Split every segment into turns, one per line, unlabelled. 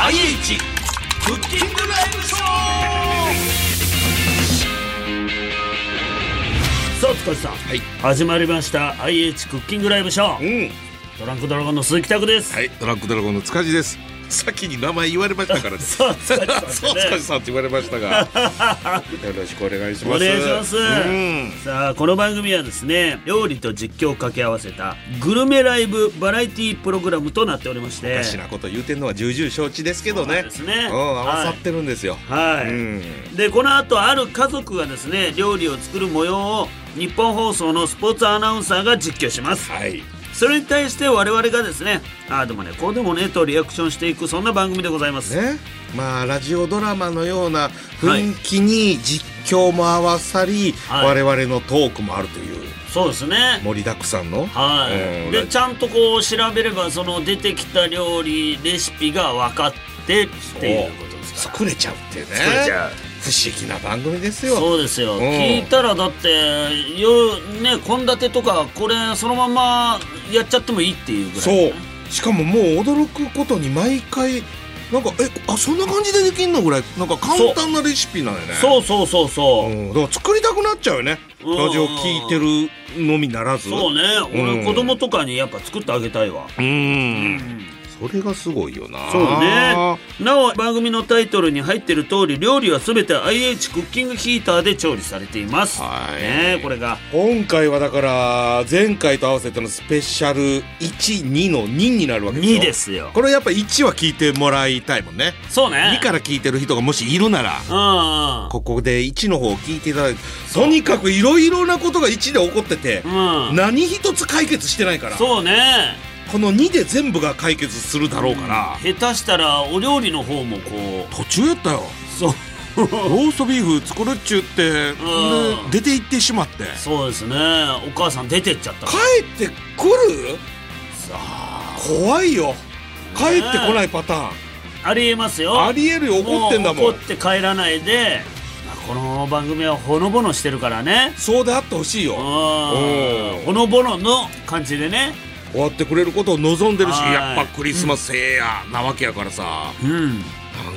IH クッキングライブショーさあ塚地さん、
はい
始まりました IH クッキングライブショ
う
ー、
ん
ドランクドラゴンの鈴木拓です、
はいトラックドラゴンの塚地です先に名前言われましたから ね
さあ塚地さんです
そう塚地さんって言われましたがよろしくお願いします
お願いします、
うん
さあこの番組はですね料理と実況を掛け合わせたグルメライブバラエティプログラムとなっておりまし
お
て
かしなこと言うてんのは重々承知ですけど
そう
ね
ですね
うん合わさってるんですよ、
はい、
うん
でこの後ある家族がですね料理を作る模様を日本放送のスポーツアナウンサーが実況します
はい
それに対して我々がですねああでもねこうでもねとリアクションしていくそんな番組でございます、
ねまあラジオドラマのような雰囲気に実況も合わさり、
はい
我々のトークもあるという
そうですね
盛りだくさんの、
はい、
うん
でちゃんとこう調べればその出てきた料理レシピが分かってっていうことですから
作れちゃうっていうね
作れちゃう
不思議な番組ですよ
そうですよ、
ん
聞いたらだってよね献立とかこれそのままやっちゃってもいいっていうぐらい
そう
ね、
しかももう驚くことに毎回なんかえあそんな感じでできんのぐらいなんか簡単なレシピなんよね
そうそうそうそう、
うん、だから作りたくなっちゃうよね
うん
ラジオ聞いてるのみならず
そうね、
う
俺
ん
子供とかにやっぱ作ってあげたいわ。
うんそれがすごいよな
そうね。なお番組のタイトルに入ってる通り料理はすべて IH クッキングヒーターで調理されています。
はい
ねこれが
今回はだから前回と合わせてのスペシャル12の2になるわけでしょ
2ですよ。
これやっぱ1は聞いてもらいたいもんね
そうね
2。から聞いてる人がもしいるなら
うん
ここで1の方を聞いていただいてとにかくいろいろなことが1で起こってて、
うん。うん。
何一つ解決してないからこ
そうね。
の2で全部が解決するだろうから、
下手したらお料理の方もこ
途中やったよ
う。そう。
ローストビーフ作るっちゅうって、
うん
で出て行ってしまって
そうですね。お母さん出てっちゃったから。
帰ってくる
さあ
怖いよ帰ってこないパターン、
ありえますよ。
ありえるよ怒ってんだもん
う怒って帰らないで、まあこの番組はほのぼのしてるからね。
そうであってほしいよ、
う
うん
んほのぼのの感じでね、
終わってくれることを望んでるし
はい
やっぱクリスマスせいやなわけやからさ、
うん、
なん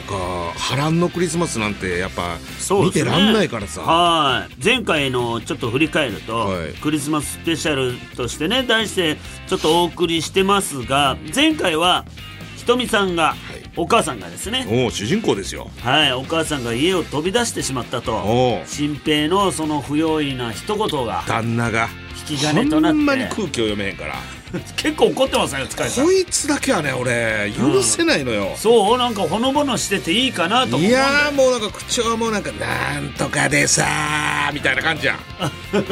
か波乱のクリスマスなんてやっぱ
そう
見
です
て
ね
らんないからさ、
はい前回のちょっと振り返ると、
はい
クリスマススペシャルとしてね題してちょっとお送りしてますが前回はひとみさんが、
い
お母さんがですね
おう主人公ですよ
はいお母さんが家を飛び出してしまったと
おう
新平のその不用意な一言が
旦那が
引き金となって
ほんまに空気を読めへんから
結構怒ってますね塚地さん
こいつだけはね俺許せないのよ、
そうなんかほのぼのしてていいかなと思う
い
んだよ
やーもうなんか口調もなんか「なんとかでさー」みたいな感 じやんちょっ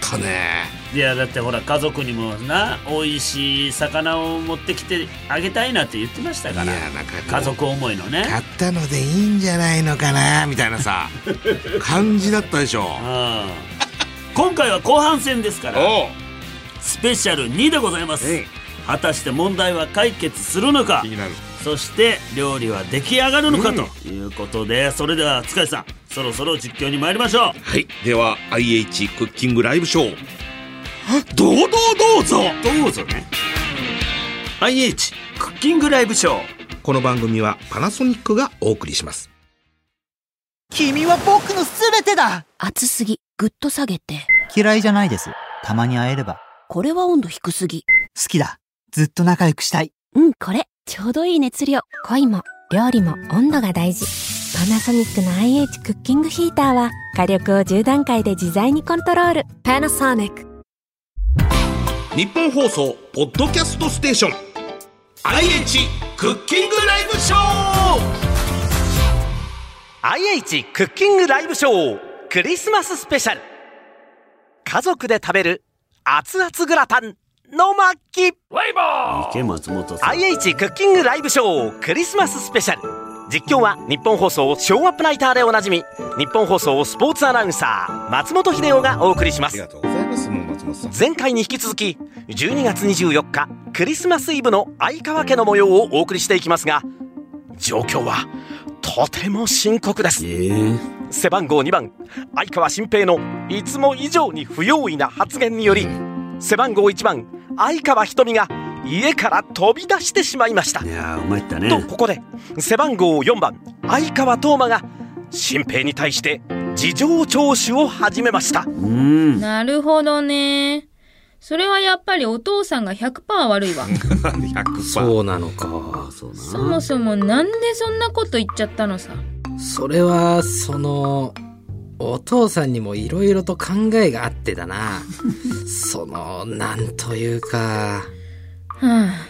とね
いやだってほら家族にもな美味しい魚を持ってきてあげたいなって言ってました
い
から
やなんか
家族思いのね
買ったのでいいんじゃないのかなみたいなさ感じだったでし ょ
うん今回は後半戦ですから
おう
スペシャル2でございます、
うん
果たして問題は解決するのか
気になる
そして料理は出来上がるのか
うん
ということで、それでは塚地さんそろそろ実況に参りましょう
はいでは IH クッキングライブショーどうどうどうぞ
どうぞね IH クッキングライブショー
この番組はパナソニックがお送りします
君は僕のすべてだ
熱すぎ。ぐっと下げて。
嫌いじゃないです。たまに会えれば。
これは温度低すぎ。
好きだ。ずっと仲良くしたい。
うん、これ。ちょうどいい熱量。恋も、料理も温度が大事。パナソニックの IH クッキングヒーターは、火力を10段階で自在にコントロール。パナソニック。
日本放送ポッドキャストステーション IH クッキングライブショー
IH クッキングライブショークリスマススペシャル家族で食べる熱々グラタンの巻き
池松本さん
IH クッキングライブショークリスマススペシャル実況は日本放送ショーアップナイターでおなじみ日本放送スポーツアナウンサー松本秀夫がお送りしま
あり
す
がとうございますもう松本さん
前回に引き続き12月24日クリスマスイブの相川家の模様をお送りしていきますが状況はとても深刻です
ええ
背番号2番相川新平のいつも以上に不用意な発言により背番号1番相川瞳が家から飛び出してしまいました
いやーうまいったね
とここで背番号4番相川斗真が新平に対して事情聴取を始めました
うん
なるほどね。それはやっぱりお父さんが100%悪いわ。
100%
そうなのか
あそうな
そもそもなんでそんなこと言っちゃったのさ。
それはそのお父さんにもいろいろと考えがあってだなそのなんというか
はあ、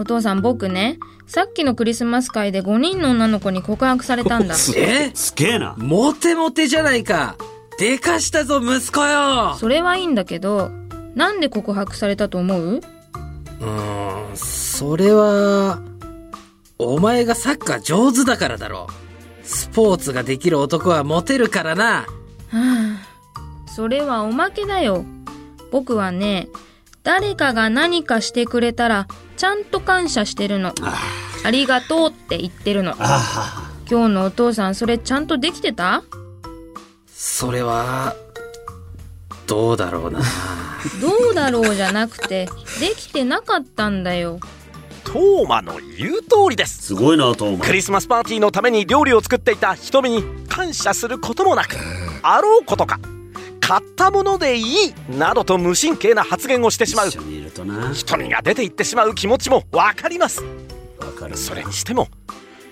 お父さん僕ね、さっきのクリスマス会で5人の女の子に告白されたんだ。そ
え
すげえな
モテモテじゃないかでかしたぞ息子よ
れはいいんだけど、なんで告白されたと思う
うーんそれはお前がサッカー上手だからだろスポーツができる男はモテるからな
はあ、 それはおまけだよ。僕はね、誰かが何かしてくれたら、ちゃんと感謝してるの。ありがとうって言ってるの。
あ
今日のお父さん、それちゃんとできてた
それはどうだろうな
どうだろうじゃなくて、できてなかったんだよ。
斗真の言う通りです
すごいなトーマ
クリスマスパーティーのために料理を作っていた瞳に感謝することもなくあろうことか買ったものでいいなどと無神経な発言をしてしまう
一緒にいるとなわ
瞳が出ていってしまう気持ちもわかります
かるな
それにしても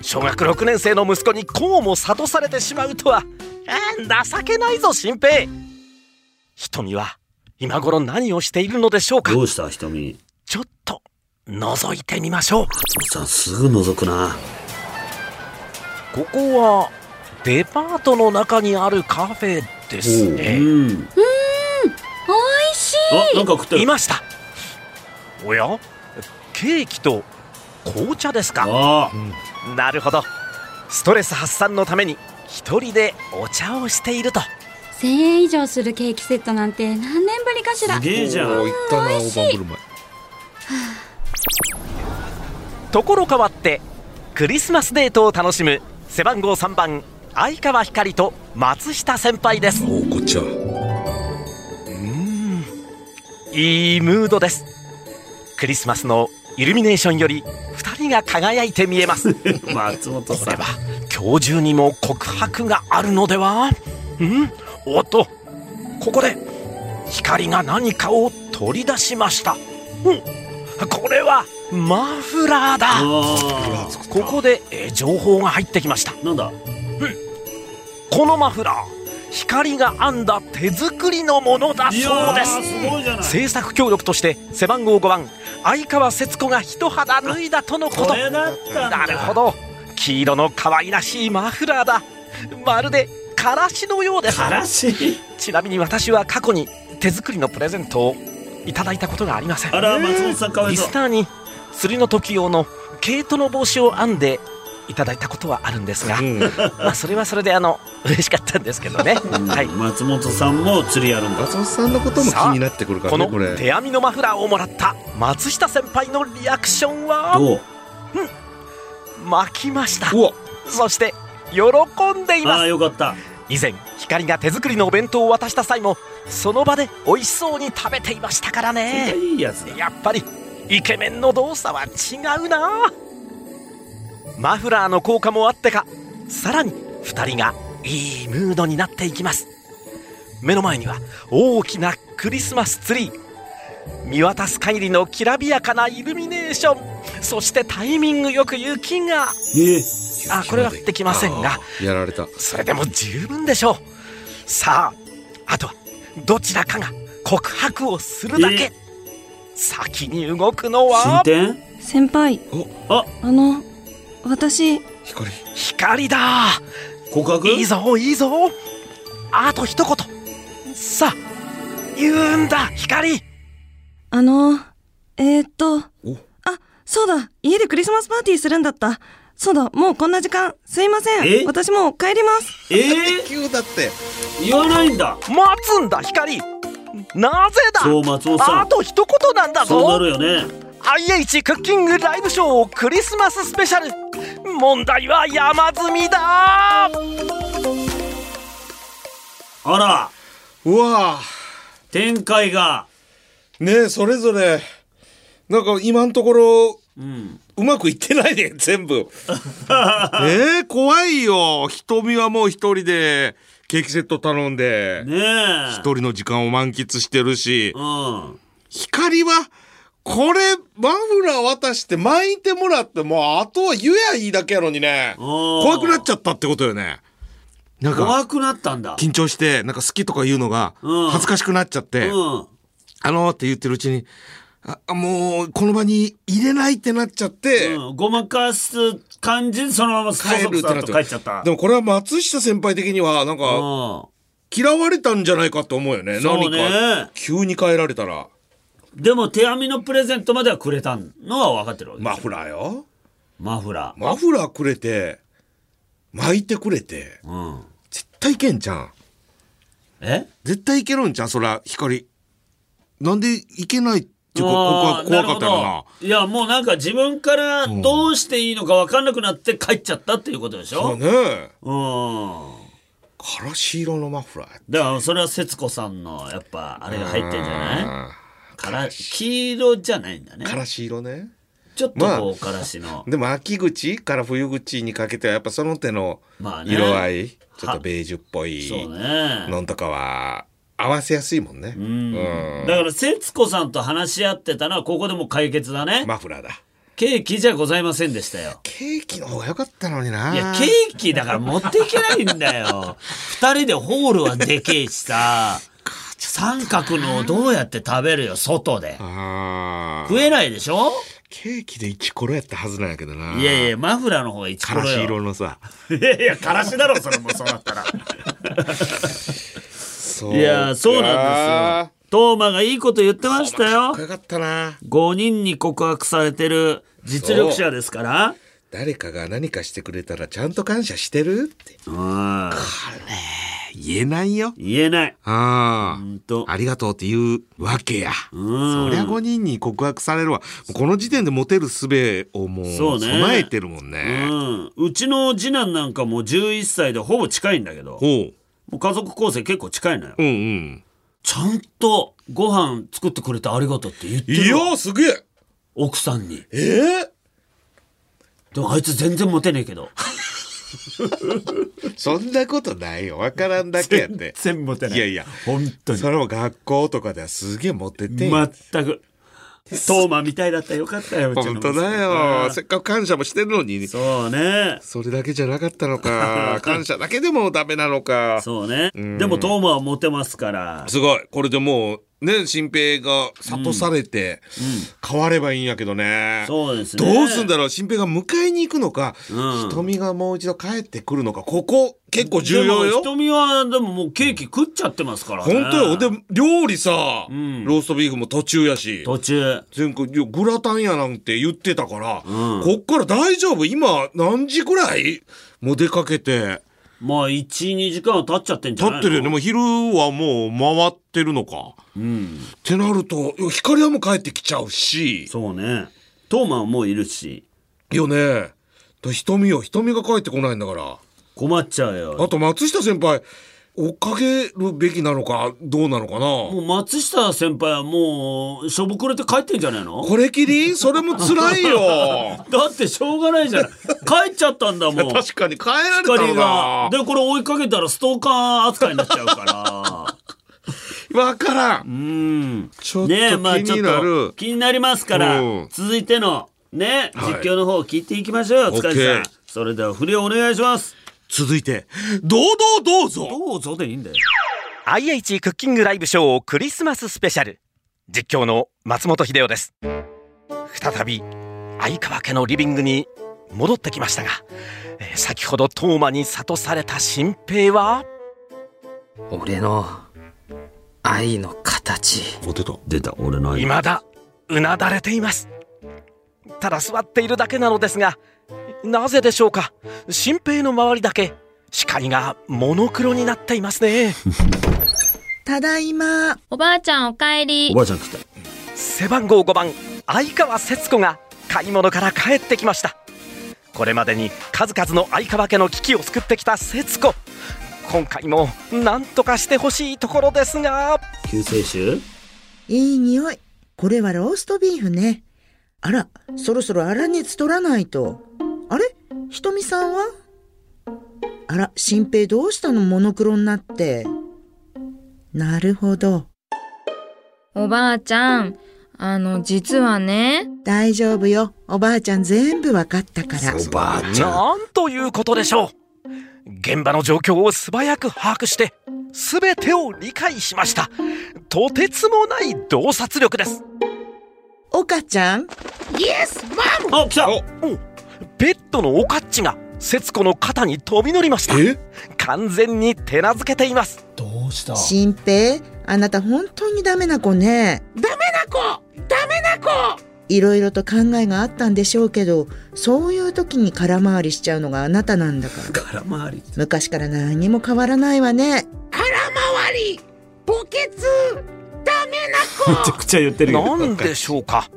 小学6年生の息子にこうも諭されてしまうとはえー情けないぞ新平瞳は今頃何をしているのでしょうか
どうした瞳
ちょっと覗いてみましょう
さんすぐ覗くな
ここはデパートの中にあるカフェですね
ん
おいしい
あなんか食ってる
いましたおやケーキと紅茶ですか
あ
なるほどストレス発散のために一人でお茶をしていると
1000円以上するケーキセットなんて何年ぶりかしら
すげえじゃん
いったな大盤振る舞い
ところ変わってクリスマスデートを楽しむ背番号3番相川光と松下先輩です
おうこっちはい
いムードですクリスマスのイルミネーションより2人が輝いて見えますこ
松本さ
れ
ん
は今日中にも告白があるのではうんおっとここで光が何かを取り出しましたうんこれはマフラーだ
あ
ここで、えー情報が入ってきました
ーなんだ
このマフラー光が編んだ手作りのものだ
いや
そう
ー
です
すごいじゃない
制作協力として背番号5番相川節子が一肌脱いだとのこと
これだったんだ
なるほど黄色の可愛らしいマフラーだまるでからしのようです
からし
ちなみに私は過去に手作りのプレゼントをいただいたことがありません
あら松本さんかわい
リ
そう
スナーに釣りの時用の毛糸の帽子を編んでいただいたことはあるんですが、まあそれはそれであの 嬉しかったんですけどね、はい
松本さんも釣りやるんだ
松本さんのことも気になってくるか
こ
らねこ
の
れ
手編みのマフラーをもらった松下先輩のリアクションは
どう
巻きました
うわ
そして喜んでい
あ
ま
あ
す
よかった
以前光が手作りのお弁当を渡した際もその場で美味しそうに食べていましたから
それが
ね
いいやつだ
やっぱりイケメンの動作は違うなマフラーの効果もあってかさらに2人がいいムードになっていきます目の前には大きなクリスマスツリー見渡す限りのきらびやかなイルミネーションそしてタイミングよく雪が
え
あこれは降ってきませんが
あーやられた
それでも十分でしょうさああとはどちらかが告白をするだ
え
け先に動くの
進
は
展
先輩
あ
あの私
光
光だ
告白
いいぞいいぞあと一言さあ言うんだ光
あのえー、っとあ
お
そうだ家でクリスマスパーティーするんだったそうだもうこんな時間すいませ
え
ん私もう帰ります
えー、
急だって
言わないんだ
待つんだ光なぜ
そう松本
だ
さ
あ
ん
と一言なんだ
そうな
ぞ
るよね
IH クッキングライブショークリスマススペシャル問題は山積みだ
あら
うわ
展開が
ねえそれぞれ
なんか今のところ
うん。
うまくいってないね 全部えー、怖いよ瞳はもう一人でケーキセット頼んで
ねえ。
一人の時間を満喫してるし
うん。
光はこれマフラー渡して巻いてもらってもうあとは湯やいいだけやのにね
おー
怖くなっちゃったってことよねなんか
怖くなったんだ。
緊張してなんか好きとか言うのが
うん
恥ずかしくなっちゃって、
うん。
あのーって言ってるうちにああもうこの場に入れないってなっちゃって、
うん、ごまかす感じでそのままそ
帰
そ
る
く
って
さ
な
っと
って
帰っちゃった。
でもこれは松下先輩的にはなんか嫌われたんじゃないかと思うよね
うん、そう
何か
ね。
急に変えられたら
でも手編みのプレゼントまではくれたのは分かってるわけで
マ
しょ
フラーよ
マフラー。
マフラーくれて巻いてくれて
うん。
絶対いけんじゃん
え
絶対いけるんじゃんそら光なんでいけないっていうか僕
あ
は
ー
怖かったよな
るほどいや、もうなんか自分からどうしていいのか分かんなくなって帰っちゃったっていうことでし
そ
ょ
うね
うん。
からし色のマフラー
だからそれは節子さんのやっぱあれが入ってんじゃない
あ
から黄色じゃないんだね
ーからし色ね
ちょっとこうからしの、
でも秋口から冬口にかけてはやっぱその手の
まあね
色合い、ちょっ
は
とベージュっぽい
そうね
のんとかは合わせやすいもんね、
うんだから節子さんと話し合ってたのはここでもう解決だね、
マフラーだ
ケーキじゃございませんでしたよ
ケーキの方が良かったのにない
やケーキだから持っていけないんだ よ二人でホールはでけえしさ三角のをどうやって食べるよ外で
あー
食えないでしょ
ケーキでイチコロやったはずなんやけどない
やいやマフラーの方が一
か
コロ
ら
よ
し色のさ
いやいや、からしだろ、それもそうだ ったら。
そ
いや、そうなんですよ。トーマがいいこと言ってましたよ
か。っこよかったな
5人に告白されてる実力者ですから。
誰かが何かしてくれたらちゃんと感謝してるって
うん。
言えないよ
言えない。
あ
ほ
あ
んと。
ありがとうっていうわけや
うん
そりゃ5人に告白されるわもうこの時点でモテる術をもう
そうね
備えてるもん
う
ね
ん、うちの次男なんかもう11歳でほぼ近いんだけど
おう
もう家族構成結構近いのよ
うんうん
ちゃんとご飯作ってくれてありがとうって言って
い
るわ
やすげえ
奥さんに
えー
でもあいつ全然モテねえけど
そんなことないよわからんだけやって
全然モテ
いやいや
本当
それも学校とかではすげえモテてんよ
全くトーマみたいだったらよかったようちの
本
息子
当だ
う
よ
ん
せっかく感謝もしてるのに
そうね
それだけじゃなかったのか 感謝だけでもダメなのか
そうねでもトーマはモテますから
すごいこれでもうね新平が諭されて、変わればいいんやけどね
そうですね
どうすんだろう新平が迎えに行くのか、
うん
瞳がもう一度帰ってくるのかここ結構重要よ
でも瞳はでももうケーキ食っちゃってますからね
本当よで料理さ、
ん
ローストビーフも途中やし
途中
全国いやグラタンやなんて言ってたから、こっから大丈夫今何時くらいもう出かけて
まあ12時間は経っちゃってんじゃ
立
ないの
ってるよねもう昼はもう回ってるのか、ってなるといや光はもう帰ってきちゃうし
そうねトーマはもういるし
よねと瞳よ瞳が帰ってこないんだから
困っちゃうよ
あと松下先輩追っかけるべきなのかどうなのか
も
な
う松下先輩はもうしょぼくれて帰ってんじゃないの
これきりそれも辛い よ
だってしょうがない じゃない帰っちゃったんだもん
確かに帰られた
光
の
が
が。
で、これ追いかけたらストーカー扱いになっちゃう から。
わから
うんん。
ちょっと気
ねえ、まあちょ
に
っ
な
と
る
気になりますから
うん、
続いてのね、
はい
実況の方を聞いていきましょうよ、塚地さん
OK。
それでは振りをお願いします。
続いて堂々どうぞ
どうぞでいいんだよ。
IH クッキングライブショークリスマススペシャル実況の松本秀夫です再び相川家のリビングに戻ってきましたが、えー先ほどトーマに諭された新平は
俺の愛の形
出た、俺の
未だうなだれていますただ座っているだけなのですがなぜでしょうか新平の周りだけ視界がモノクロになっていますね
ただいま。
おばあちゃんおかえり
おばあちゃん来た。
背番号5番相川節子が買い物から帰ってきましたこれまでに数々の相川家の危機を救ってきた節子今回も何とかしてほしいところですが
救世主
いい匂い。これはローストビーフね。あら、そろそろ粗熱取らないと。あれひとみさんはあら、新平どうしたのモノクロになって。なるほど。
おばあちゃん、あの、実はね、
大丈夫よ。おばあちゃん全部わかったから。
ばあ
なんということでしょう現場の状況を素早く把握して全てを理解しましたとてつもない洞察力です
岡ちゃん
あ、来た
ペットのオカッチが節子の肩に飛び乗りました
え
完全に手なずけています
どうした
新平、あなた本当にダメな子ね。ダメな子ダメな子いろいろと考えがあったんでしょうけど、そういう時に空回りしちゃうのがあなたなんだから。
空回り。
昔から何にも変わらないわね。
めちゃくちゃ言ってるよ。
何でしょうか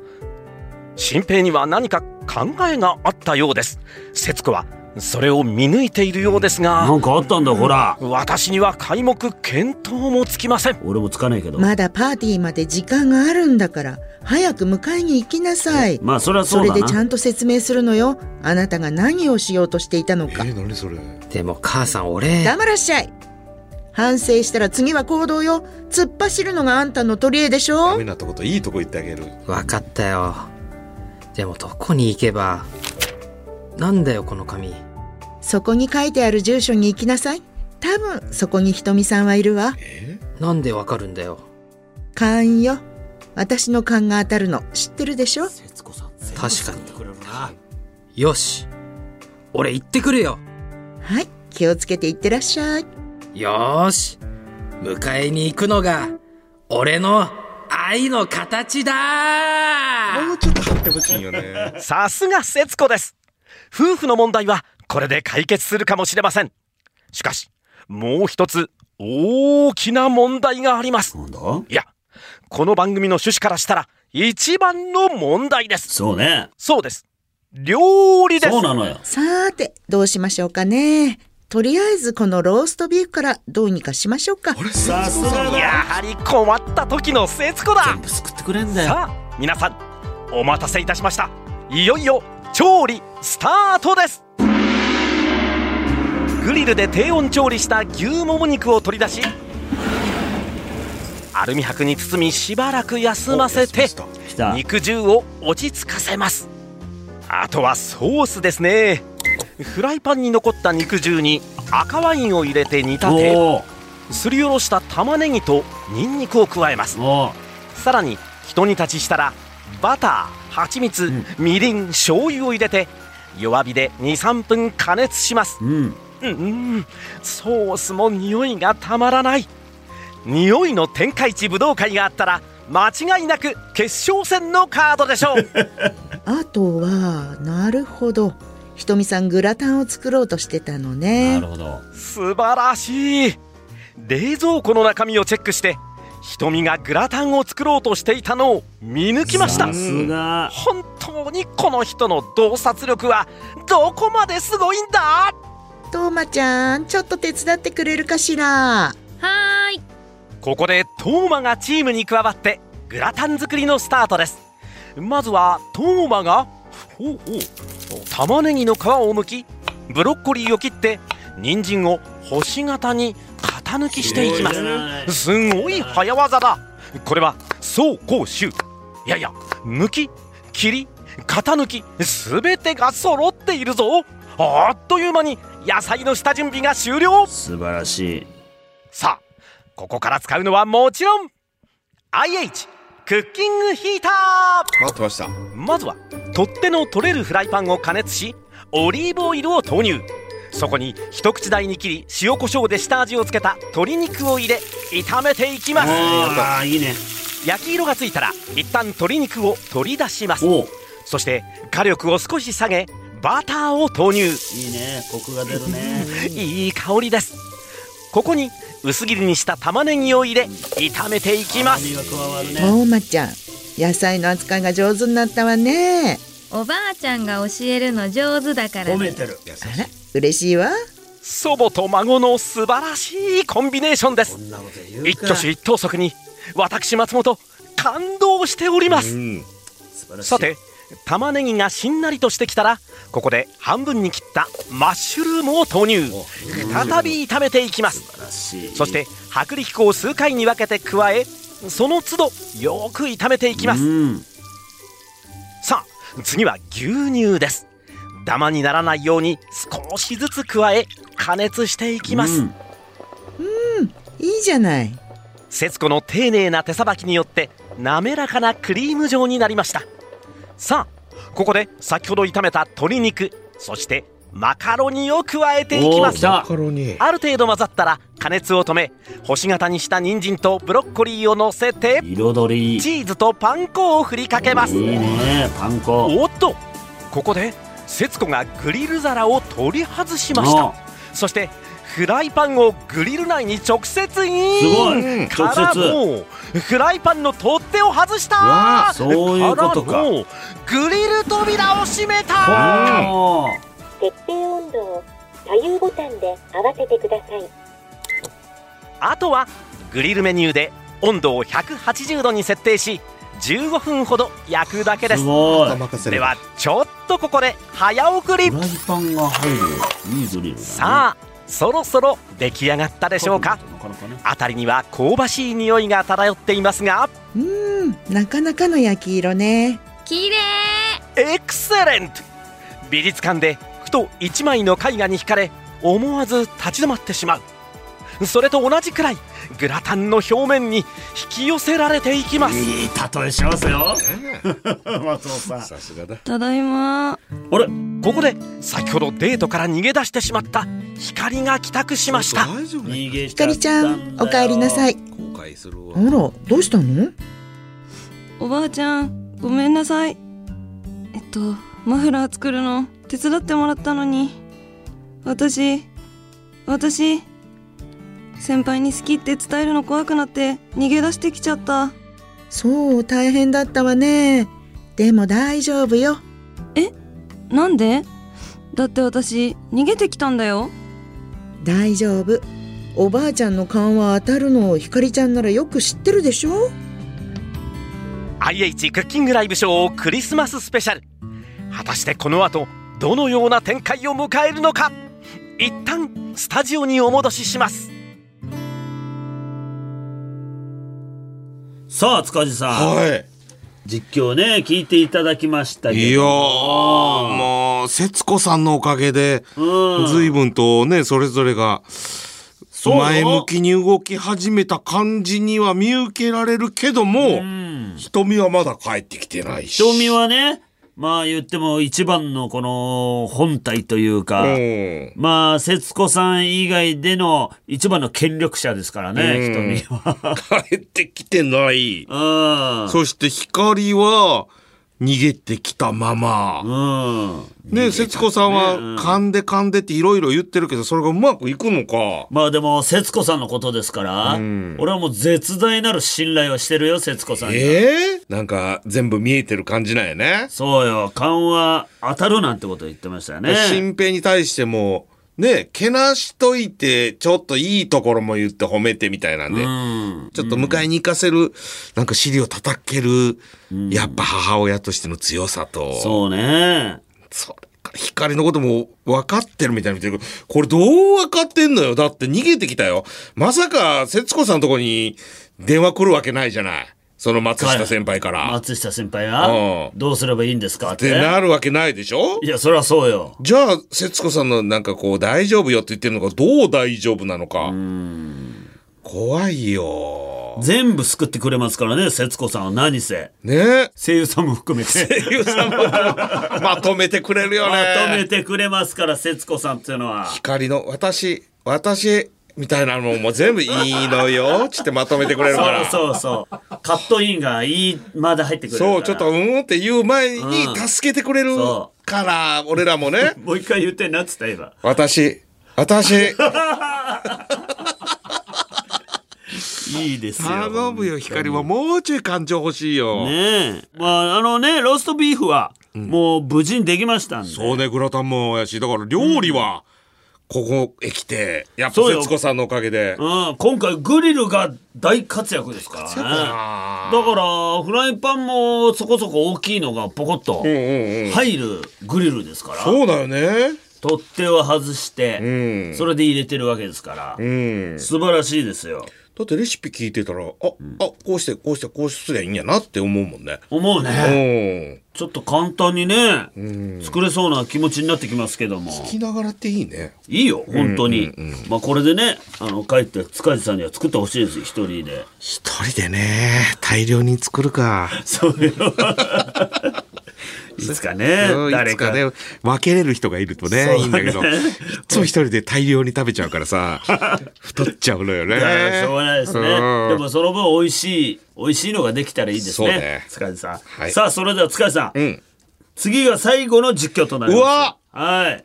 新平には何か考えがあったようです節子はそれを見抜いているようです
な
が
んかあったんだ、ほら。
私には皆目見当もつきません
俺もつかないけど。
まだパーティーまで時間があるんだから、早く迎えに行きなさい。
まあ、それはそ
そうれ
だ
でちゃ
な。
んと説明するのよ。あなたが何をしようとしていたのか。
え、何それ。
でも母さん俺、
黙らっしゃい。反省したら次は行動よ。突っ走るのがあんたの取り柄でし
ダ
ょ
メなとこといいとこ言ってあげる。
わかったよ。でもどこに行けば。なんだよこの紙。
そこに書いてある住所に行きなさい。多分そこにひとみさんはいるわ。
なんでわかるんだよ。
勘よ。私の勘が当たるの知ってるでしょ
節子さん。確
確かに。
くれるな。
よし。俺行ってくるよ。
はい。気をつけて行ってらっしゃい。
よーし。迎えに行くのが、俺の愛の形だ
もうちょっと買ってほしいよね。
さすが節子です夫婦の問題はこれで解決するかもしれませんしかしもう一つ大きな問題があります
なんだ
いやこの番組の趣旨からしたら一番の問題です
そうね。
そうです料理です
そうなのよ。
さーて、どうしましょうかね。とりあえずこのローストビーフからどうにかしましょうか。
さすが
や
だ。
はり困った時の節子だ
全部救ってくれんだよ。
さあ皆さんお待たせいたしましたいよいよ調理スタートですグリルで低温調理した牛もも肉を取り出しアルミ箔に包みしばらく休ませて
来た。
肉汁を落ち着かせますあとはソースですねフライパンに残った肉汁に赤ワインを入れて煮立て
おー
すりおろした玉ねぎとニンニクを加えます
おー
さらにひと煮立ちしたらバター蜂蜜、みりん醤油を入れて弱火で23分加熱します
うん。
うんうんソースも匂いがたまらない匂いの天下一武道会があったら間違いなく決勝戦のカードでしょう
あとは、なるほど。ひとみさんグラタンを作ろうとしてたの
な
ね
る。ほど。
素晴らしい冷蔵庫の中身をチェックして瞳がグラタンを作ろうとしていたのを見抜きました
さすが。
本当にこの人の洞察力はどこまですごいんだ
トーマちゃん、ちょっと手伝ってくれるかしら。
はーい。
ここでトーマがチームに加わってグラタン作りのスタートですまずはトーマがほうほう玉ねぎの皮を剥きブロッコリーを切って人参を星形に型抜きしていきますすごい早技だこれは走攻守いやいや抜き切り型抜き全てが揃っているぞあっという間に野菜の下準備が終了
素晴らしい。
さあここから使うのはもちろん IH クッキングヒータ
待ってました。
ーまずは取っ手の取れるフライパンを加熱しオリーブオイルを投入そこに一口大に切り塩コショウで下味をつけた鶏肉を入れ炒めていきます
ああ、いいね。
焼き色がついたら一旦鶏肉を取り出します
おう
そして火力を少し下げバターを投入
いいね。コクが出るね。
いい香りですここに薄切りにした玉ねぎを入れ炒めていきます
身が加わる
ト
ね。
ーマちゃん、野菜の扱いが上手になったわね。
おばあちゃんが教えるの上手だから
褒
ね、
めてる。
あら、嬉しいわ。
祖母と孫の素晴らしいコンビネーションです一挙手一投足に私松本感動しております
ん。
さて玉ねぎがしんなりとしてきたらここで半分に切ったマッシュルームを投入再び炒めていきますそして薄力粉を数回に分けて加えその都度よく炒めていきますさあ次は牛乳ですダマにならないように少しずつ加え加熱していきます、
いいじゃない
節子の丁寧な手さばきによって滑らかなクリーム状になりましたさあここで先ほど炒めた鶏肉そしてマカロニを加えていきま
おー来
す
た
あ
マ
る程度混ざったら加熱を止め星形にした人参とブロッコリーを乗せて
彩りいい
チーズとパン粉を振りかけます
いいねパン粉
おっとここで節子がグリル皿を取り外しました
お
そしてフライパンをグリル内に直接イン
すごい直接
からもうフライパンの取っ手を外した
そういうことか
からもうグリル扉を閉めた
おー
設定温度を左右ボタンで合わせてください
あとはグリルメニューで温度を180度に設定し15分ほど焼くだけです
すごい
ではちょっとここで早送り
フライパンが入るいいグリルだね
さあそろそろ出来上がったでしょうか辺りには香ばしい匂いが漂っていますが
うんなかなかの焼き色ね
綺麗
エクセレント美術館でふと一枚の絵画に惹かれ思わず立ち止まってしまうそれと同じくらいグラタンの表面に引き寄せられていきます
いい例えしますよ松尾さんさ
すがだ
ただいまあれここで先ほどデートから逃げ出してしまった光が帰宅しました
逃げ
ひかりちゃんおかえりなさい
後悔するわ
あらどうしたの
おばあちゃんごめんなさいえっとマフラー作るの手伝ってもらったのに私私先輩に好きって伝えるの怖くなって逃げ出してきちゃった
そう大変だったわねでも大丈夫よ
なんでだって私逃げてきたんだよ
大丈夫おばあちゃんの勘は当たるのをひかりちゃんならよく知ってるでしょ
IH クッキングライブショークリスマススペシャル果たしてこの後どのような展開を迎えるのか一旦スタジオにお戻しします
さあ塚地さん
はい
実況ね聞いていただきましたけど
いやーもう節子さんのおかげで
うん
随分とねそれぞれが
うよ
前向きに動き始めた感じには見受けられるけども瞳はまだ帰ってきてないし
瞳はねまあ言っても一番のこの本体というか、
うん
まあ節子さん以外での一番の権力者ですからね、
うん
瞳は
帰ってきてない
うん
そして光は逃げてきたまま。ね、節子さんは噛んで噛んでっていろいろ言ってるけど、それがうまくいくのか。
まあでも節子さんのことですから、俺はもう絶大なる信頼をしてるよ節子さんには
ええなんか全部見えてる感じなんやね。
そうよ勘は当たるなんてこと言ってましたよね
新平に対しても、ね、けなしといて、ちょっといいところも言って褒めてみたいなんで、ちょっと迎えに行かせる、なんか尻を叩ける、やっぱ母親としての強さと。
そうね。
それから光のことも分かってるみたいな見てるけど、これどう分かってんのよだって逃げてきたよ。まさか、節子さんのとこに電話来るわけないじゃない。その松下先輩から。
松下先輩
うん
はどうすればいいんですかっ
って
て
なるわけないでしょ
いやそりゃそうよ
じゃあ、節子さんのなんかこう、大丈夫よって言ってるのがどう大丈夫なのか。怖いよ。
全部救ってくれますからね節子さんは何せ
ね
声優さんも含めて
声優さんもまとめてくれるよね。
まとめてくれますから節子さんっていうのは
光の私、私、みたいなのも全部いいのよ、つってまとめてくれるから。
そうそうそうカットインがいいまで入ってくれるから
そう、ちょっと、うんって言う前
うん
に助けてくれる
そ。
から、俺らもね
もう一回言ってなっつった今
私、 私、
いいですよ
頼むよ、光は。もうちょい感情欲しいよ。
ねえまああのねローストビーフはもう無事にできましたんで、
そうね、グラタンもやし、だから料理は、
ここへ来て、やっぱ節子さんのおかげで。
うん、今回グリルが大活躍ですからね。だから、フライパンもそこそこ大きいのがポコッと入るグリルですから。
そうだよね。
取っ手を外して、それで入れてるわけですから。
うん。
素晴らしいですよ。
だってレシピ聞いてたら、あ、あ、こうして、こうして、こうすりゃいいんやなって思うもんね。
思う
ね。
ちょっと簡単にね、作れそうな気持ちになってきますけども。
聞きながらっていいね。
いいよ、本当に。
う
まあこれでね、あの、帰って塚地さんには作ってほしいですよ、一人で。
一人でね、大量に作る か。
そう よ。いつかね
うん
誰
いつか
か
ね、分けれる人がいると
そうだ
ね、
ね
いいんだけど、いつも一人で大量に食べちゃうか らさ、太っちゃうのよね
い。やしょうがないですね。
うん
でもその分美味しい、美味しいのができたらいいです
そう
ね
ね。
塚地さん。
はい
さあ、それでは塚地さん。
うん
次が最後の実況となります。
うわ
はい。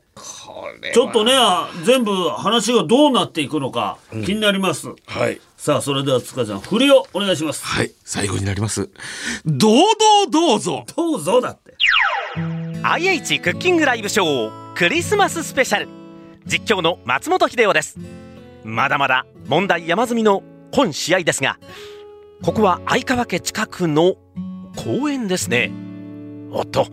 ちょっとね、あ全部話がどうなっていくのか気になります。
はい。
さあ、それでは塚地さん、振りをお願いします。
はい、最後になります。どうどうどうぞ
どうぞだって。
IH クッキングライブショークリスマススペシャル実況の松本秀夫ですまだまだ問題山積みの本試合ですがここは相川家近くの公園ですねおっと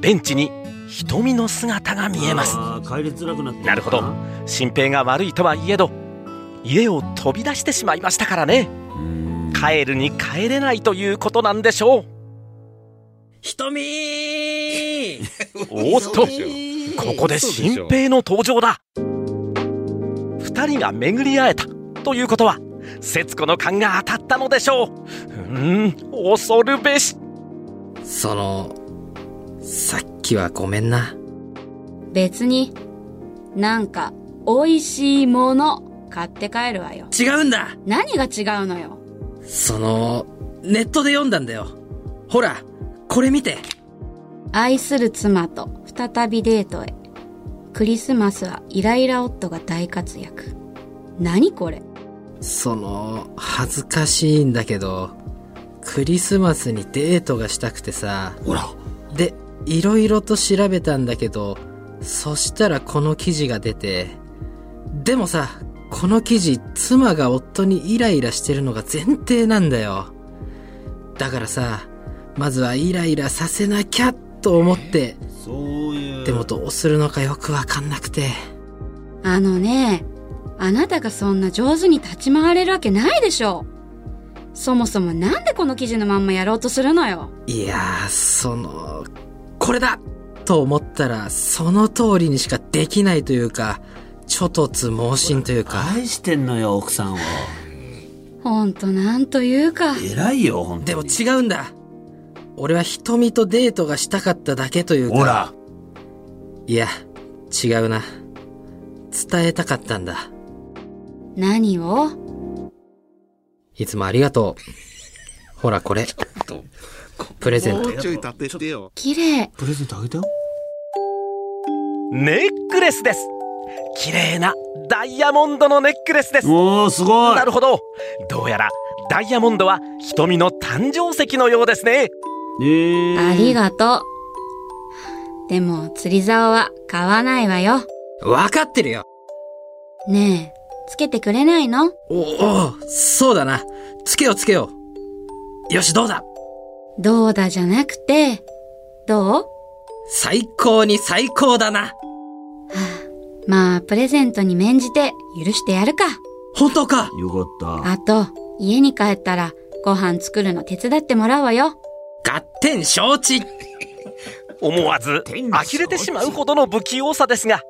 ベンチに瞳の姿が見えます
あー帰りづらくなって
なるほど心平が悪いとはいえど家を飛び出してしまいましたからね帰るに帰れないということなんでしょう
瞳
おっとここで
新
新平の登場だ二人が巡り会えたということは節子の勘が当たったのでしょううーん恐るべし
その、さっきはごめんな。
別に、なんか、美味しいもの、買って帰るわよ。
違うんだ
何が違うのよ。
その、ネットで読んだんだよ。ほら、これ見て。
愛する妻と再びデートへ。クリスマスはイライラ夫が大活躍。何これ
その、恥ずかしいんだけど、クリスマスにデートがしたくてさ。
ほら。
で、いろいろと調べたんだけど、そしたらこの記事が出て、でもさ、この記事、妻が夫にイライラしてるのが前提なんだよ。だからさ、まずはイライラさせなきゃと思って、
そういう。
でもどうするのかよくわかんなくて。
あのね、あなたがそんな上手に立ち回れるわけないでしょ。そもそもなんでこの記事のまんまやろうとするのよ。
いやー、その、これだと思ったら、その通りにしかできないというか、ちょとつ盲信というか。
愛してんのよ、奥さんを。
ほんとなんというか。
偉いよ、本当
でも違うんだ。俺は瞳とデートがしたかっただけというか。
ほら。
いや、違うな。伝えたかったんだ。
何を
いつもありがとう。ほら、これ。プレゼント。
ちょい立ててよ。
綺麗。
プレゼントあげたよ。
ネックレスです綺麗なダイヤモンドのネックレスです
おーすごい
なるほどどうやらダイヤモンドは瞳の誕生石のようですね
ありがとう。でも、釣り竿は買わないわよ。
わかってるよ。
ねえ、つけてくれないの
おおうそうだな。つけようつけよう。よし、どうだ
どうだじゃなくて、どう
最高に最高だな。
まあ、プレゼントに免じて許してやるか。
本当か
よかった。
あと、家に帰ったら、ご飯作るの手伝ってもらうわよ。
合点承知
思わず呆れてしまうほどの不器用さですが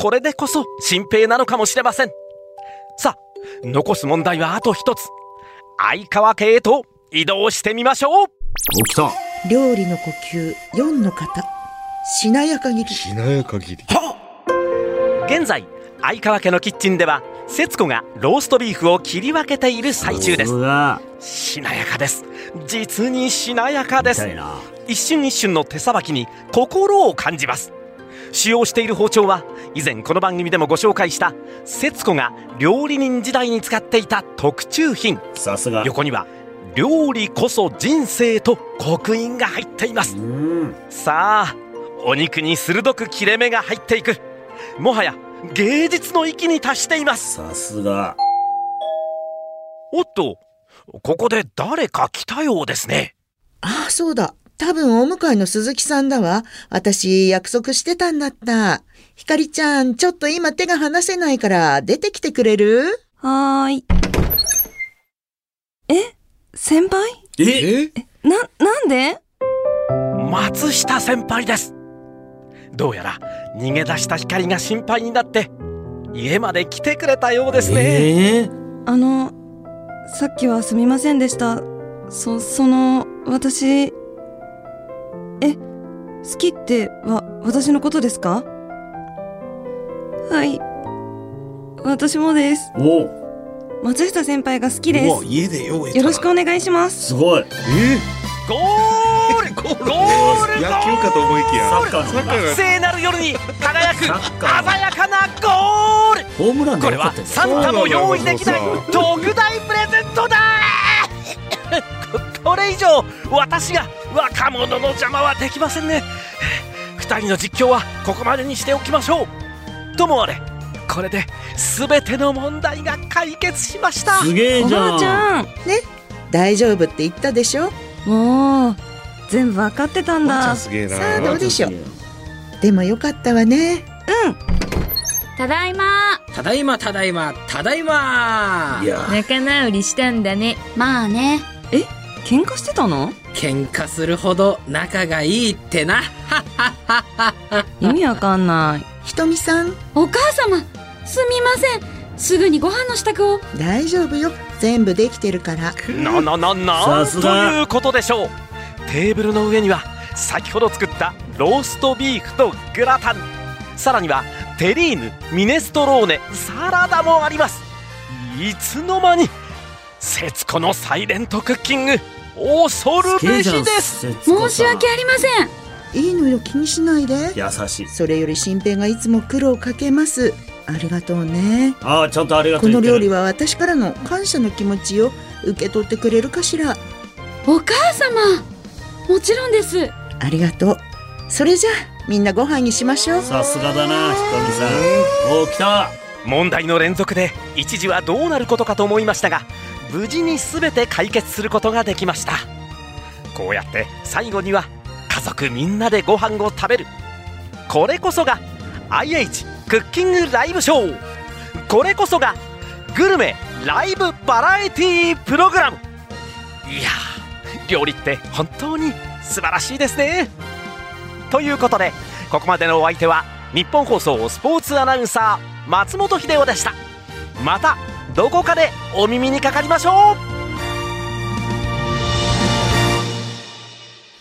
これでこそ新兵なのかもしれませんさあ残す問題はあと一つ相川家へと移動してみましょう
起きた。
料理の呼吸4の方しなやかぎり
しなやかぎり。
現在相川家のキッチンでは節子がローストビーフを切り分けている最中です
が
しなやかです実にしなやかです
痛いな。
一瞬一瞬の手さばきに心を感じます使用している包丁は以前この番組でもご紹介した節子が料理人時代に使っていた特注品
さすが。
横には「料理こそ人生」と刻印が入っています
うん。
さあお肉に鋭く切れ目が入っていくもはや芸術の域に達しています
さすが
おっとここで誰か来たようですね
ああ、そうだ。多分お向かいの鈴木さんだわ。私、約束してたんだった。ひかりちゃん、ちょっと今手が離せないから、出てきてくれる
はーい。え先輩
え
な、なんで
松下先輩ですどうやら逃げ出した光が心配になって家まで来てくれたようですね、
あの、さっきはすみませんでした。そ、その、私、え、好きっては、私のことですかはい。私もです。
お
松下先輩が好きで
うわ家で用意
す。よろしくお願いします。
すごい
え
ゴールゴール
野球かと思いきや
サッカーの
聖なる夜に輝く鮮やかなゴール
ホームラン
これはサンタも用意できない特大プレゼントだ これ以上私が若者の邪魔はできませんね2人の実況はここまでにしておきましょうともあれこれで全ての問題が解決しました
すげえじゃんおばあちゃ
ん
ね大丈夫って言ったでしょ
もう、全部わかってたんだ。
すげえな
さあ、どうでしょう。でもよかったわね。
ただいま
ただいまただいまただいま
いや
仲直りしたんだね
まあね
え喧嘩してたの
喧嘩するほど仲がいいってな
意味わかんない。
ひとみさん、
お母様すみませんすぐにご飯の支度を
大丈夫よ。全部できてるから。
なななな
さ
ん
す
と
が
いうことでしょうテーブルの上には先ほど作ったローストビーフとグラタンさらにはテリーヌミネストローネサラダもありますいつの間に節子のサイレントクッキング恐るべしです
申し訳ありません
いいのよ、気にしないで。
優しい
それより新平がいつも苦労かけます。ありがとうね。
ああちゃんとありがと
こ
う言
の
ってる
料理は私からの感謝の気持ちを受け取ってくれるかしら。
お母様もちろんです
ありがとう。それじゃあ、みんなご飯にしましょう。
さすがだなひとみさんおお来た
問題の連続で一時はどうなることかと思いましたが無事に全て解決することができましたこうやって最後には家族みんなでご飯を食べるこれこそが IH クッキングライブショーこれこそがグルメライブバラエティプログラムいやー料理って本当に素晴らしいですねということでここまでのお相手は日本放送スポーツアナウンサー松本秀夫でしたまたどこかでお耳にかかりましょう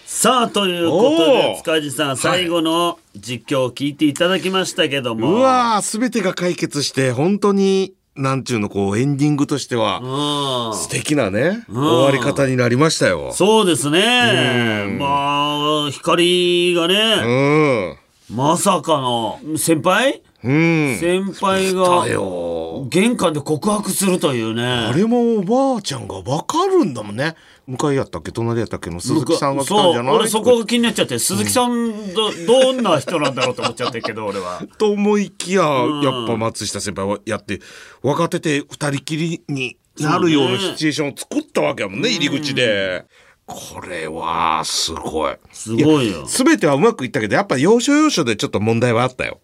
さあということ
お
で
ー
塚地さん最後の実況を聞いていただきましたけども
うわー、すべてが解決して、本当に、なんちゅうの、こう、エンディングとしては、
うん
素敵なね、終わり方になりましたよ。
そうですねまあ光が
う
ね
ん。うん。
まさかの先輩先輩が
だよ。
玄関で告白するというね
あれもおばあちゃんがわかるんだもんね。向かいやったっけ隣やったっけの鈴木さんが来たんじゃない
そう俺そこが気になっちゃって鈴木さんどどんな人なんだろうと思っちゃってるけど俺は
と思いきや、
ん
やっぱ松下先輩はやって、若手で二人きりになるようなシチュエーションを作ったわけやもんね、入り口で。これは、すごい。
すごいよ
すべてはうまくいったけど、やっぱ要所要所でちょっと問題はあったよ。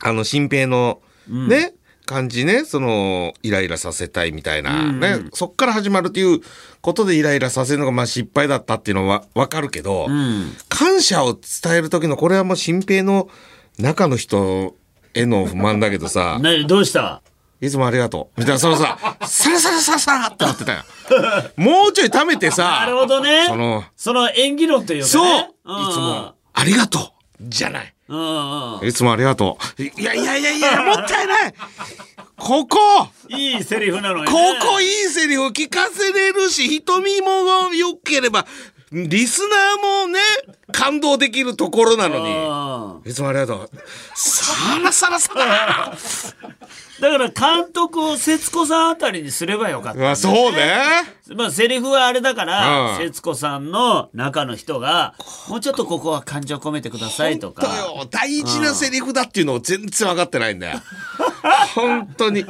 あの、新平の、ね、感じね、その、イライラさせたいみたいな、ね、そっから始まるということでイライラさせるのが、まあ失敗だったっていうのはわかるけど、感謝を伝える時の、これはもう新平の中の人への不満だけど さ、
何どうした
いつもありがとう。みたいな、そのさ、 サラサラサラサラってなってたよ。もうちょい貯めてさ、
なるほどね
その、
その演技論というかね
そう、い
うん
つもありがとうじゃない。
うんうんうん
いつもありがとう。いやいやいやい や、もったいないここ
いいセリフなのにね
ここいいセリフ聞かせれるし、瞳も良ければ、リスナーもね、感動できるところなのに。いつもありがとう。さらさらさ ら。
だから監督を節子さんあたりにすればよかった、
うわそうね。
まあセリフはあれだから、
うん
節子さんの中の人が、もうちょっとここは感情込めてくださいとか。
大事なセリフだっていうのを全然分かってないんだよ。本当に。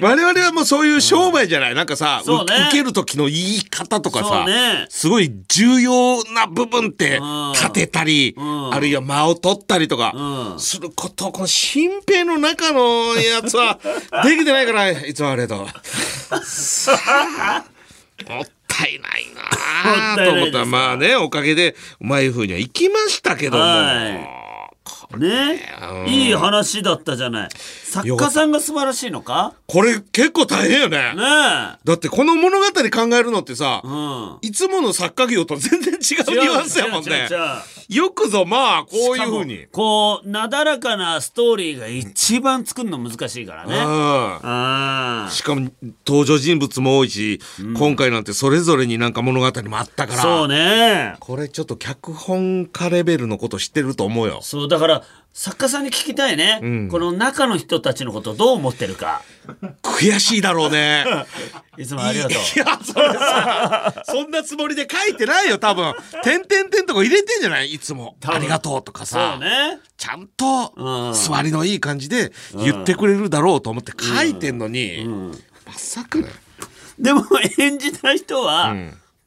我々はもうそういう商売じゃない。なんかさ、
そうね
受ける時の言い方とか
そ
さ、
うね
すごい重要な部分って立てたり、あるいは間を取ったりとか、することをこの新兵の中のやつ はできてないから、いつもありがとう。もったいないなあと思ったらまあねおかげでうまい風にはいきましたけども、
はい。ね
う、ん
いい話だったじゃない。作家さんが素晴らしいのか
これ結構大変よね
ねえ。
だってこの物語考えるのってさ、いつもの作家業と全然違うニュアンスやもんね
違う違う違う
よくぞまあこういう風
し
に
かもこうなだらかなストーリーが一番作るの難しいから
う
ね
んしかも登場人物も多いし、今回なんてそれぞれになんか物語もあったから
そうね
これちょっと脚本家レベルのこと知ってると思うよ
そうだから作家さんに聞きたいね、
うん
この中の人たちのことをどう思ってるか
悔しいだろうね
いつも ありがとう
いやそれさそんなつもりで書いてないよ多分点々点とか入れてんじゃないいつもありがとうとかさ
そうね
ちゃんと座りのいい感じで言ってくれるだろうと思って書いてんのに、まさかね
でも演じた人は、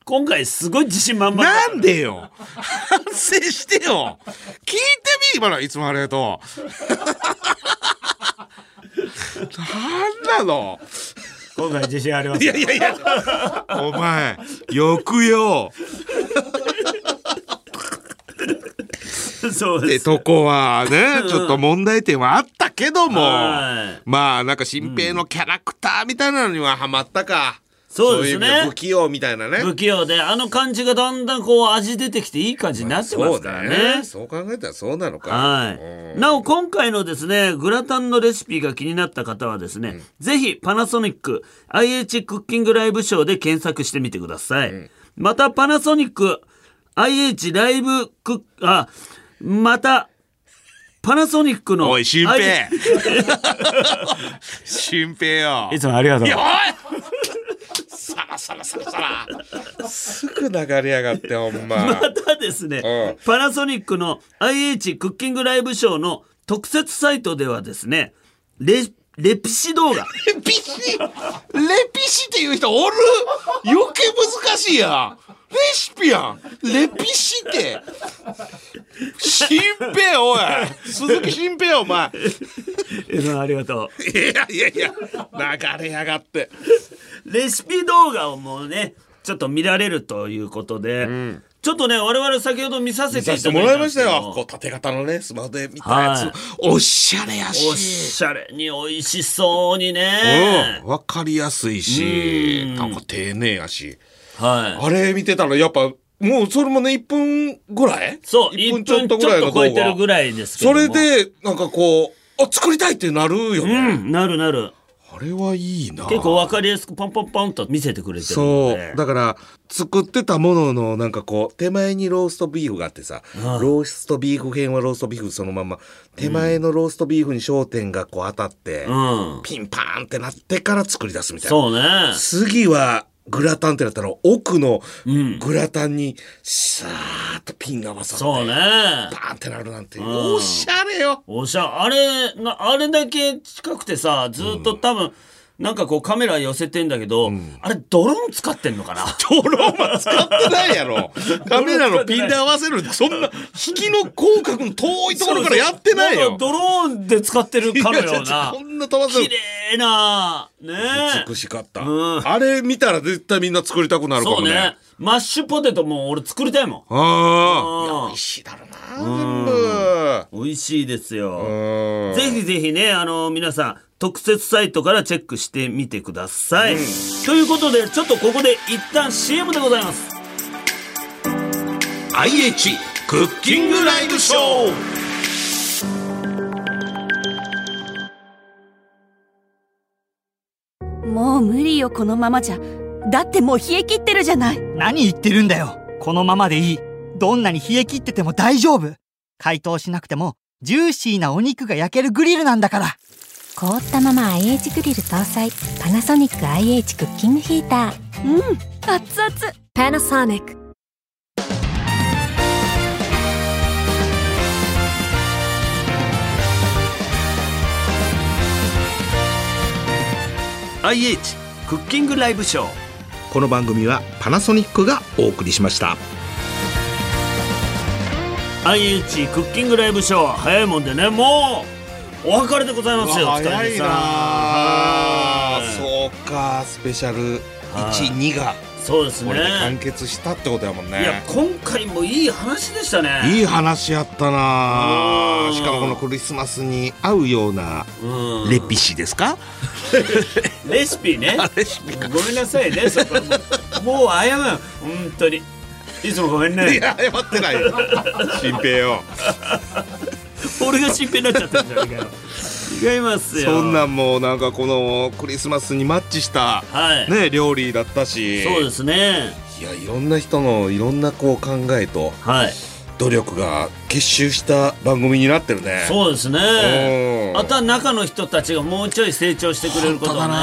今回すごい自信満々
なんでよ反省してよ聞いてみ今のいつもありがとうなんなの
今回自信ありま
いやいやいやお前よくよ
そう
ってとこはね、ちょっと問題点はあったけども
は、
まあなんか新兵のキャラクターみたいなのにはハマったか。
そうですね
い意味不器用みたいなね。
不器用であの感じがだんだんこう味出てきていい感じになってますから
そう
ね
そう考えたらそうなのか。
はい。なお、今回のですね、グラタンのレシピが気になった方はですね、ぜひパナソニック IH クッキングライブショーで検索してみてください。また、パナソニック IH ライブクッ、あ、また、パナソニックの。
おい、新兵
IH
新兵よ。
いつもありがとう
いや、おいさらさらさらさら。すぐ流れやがって、ほん ま。
またですね、パナソニックの IH クッキングライブショーの特設サイトではですね、レ、レピシ動 画。
レピシレピシっていう人おる余計難しいやんレシピやんレピシって新平おい鈴木新平お前
えのありがとう。
いやいやいや流れやがって
レシピ動画をもうねちょっと見られるということで、ちょっとね我々先ほど見させて
見さ
いただい
せて
たんで
も
す
ら
け
いまし
ど
たよこう縦型のねスマホで見たやつ、
はい
おしゃれや
お
し
しゃれに美味しそうにね
うん、わかりやすいし、なんか丁寧やし、
はい
あれ見てたらやっぱもうそれもね1分ぐらい
そう
1
1
分
分
ち
ち
ょ
ょ
っとぐらいの動
っと
画
超えてるぐらいですけど
そ
も
れでなんかこうあ作りたいってなるよね、
うんなるなる
あれはいいな
結構わかりやすくポンポンポンと見せてくれてるの
そ
で
うだから作ってたもののなんかこう手前にローストビーフがあってさローストビーフ編はローストビーフそのまま手前のローストビーフに焦点がこう当たって、
うん
ピンパーンってなってから作り出すみたいな
そうね
次はグラタンってなったら奥のグラタンにさーっとピンが合わさって、
そうね
バーンってなるなんていう、おしゃれよ
おしゃあれなあれだけ近くてさずっと多分、なんかこうカメラ寄せてんだけど、あれドローン使ってんのかな
ドローンは使 ってないやろ。カメラのピンで合わせる、そんな、引きの広角の遠いところからやってないよ。
ドローンで使ってるかのよう
いや
な
こんな飛ばせ
綺
る。
麗なね
美しかった。あれ見たら絶対みんな作りたくなるか
そ
も
うね
ね。
マッシュポテトも俺作りたいもん
あ
う
あ。
ん
しいだろう
美味しいです
よ
ぜひぜひねあの皆さん特設サイトからチェックしてみてください、ということでちょっとここで一旦 CM でございます
IH クッキングライブショー
もう無理よこのままじゃだってもう冷え切ってるじゃない
何言ってるんだよこのままでいい。どんなに冷え切ってても大丈夫。解凍しなくても、ジューシーなお肉が焼けるグリルなんだから。
凍ったまま IH グリル搭載パナソニック IH クッキングヒーターうん熱々パナソニック
ー IH クッキングライブショーこの番組はパナソニックがお送りしました
IH クッキングライブショー早いもんでねもうお別れでございますよ
うわ早いなあそう
かスペシャル
12が
そうですね
これで完結したってことやもん
いや
ね
今回もいい話でしたね
いい話やったなしかもこのクリスマスに合うようなレピシですか
レシピねごめんなさいねそこはもうもう謝る本当にいつもごめんね
いや謝ってないよ新平よ
俺が心配になっちゃってるじゃん違いますよ
そんなんもうなんかこのクリスマスにマッチした、
はい
ね料理だったし
そうですね
いやいろんな人のいろんなこう考えと、努力が結集した番組になってるね
そうですね
うん
あとは中の人たちがもうちょい成長してくれることをね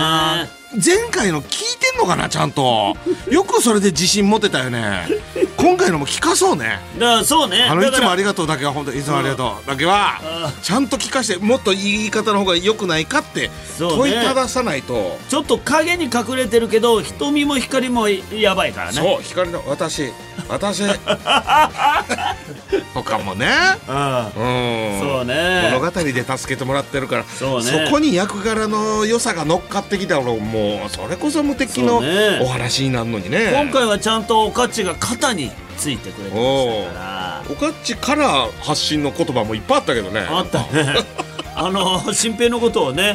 前回の聞いてんのかなちゃ んとよくそれで自信持てたよね今回のも聞かそうね
だからそうね
あの
だ
い
から
つもありがとうだけは本当いつもありがとうだけはちゃんと聞かしてもっと言い方の方が良くないかって
うね
問いたださないと
ちょっと影に隠れてるけど瞳も光もやばいからね
そう光の私 私とかもねうん
そうね
物語で助けてもらってるからそ,、
ね
こに役柄の良さが乗っかってきたらもうそれこそ無敵の
そうね
お話になるのにね
今回はちゃんとおかちが肩についてくれてましたから
おかっちから発信の言葉もいっぱいあったけどねあ
ったねあの新平のことをね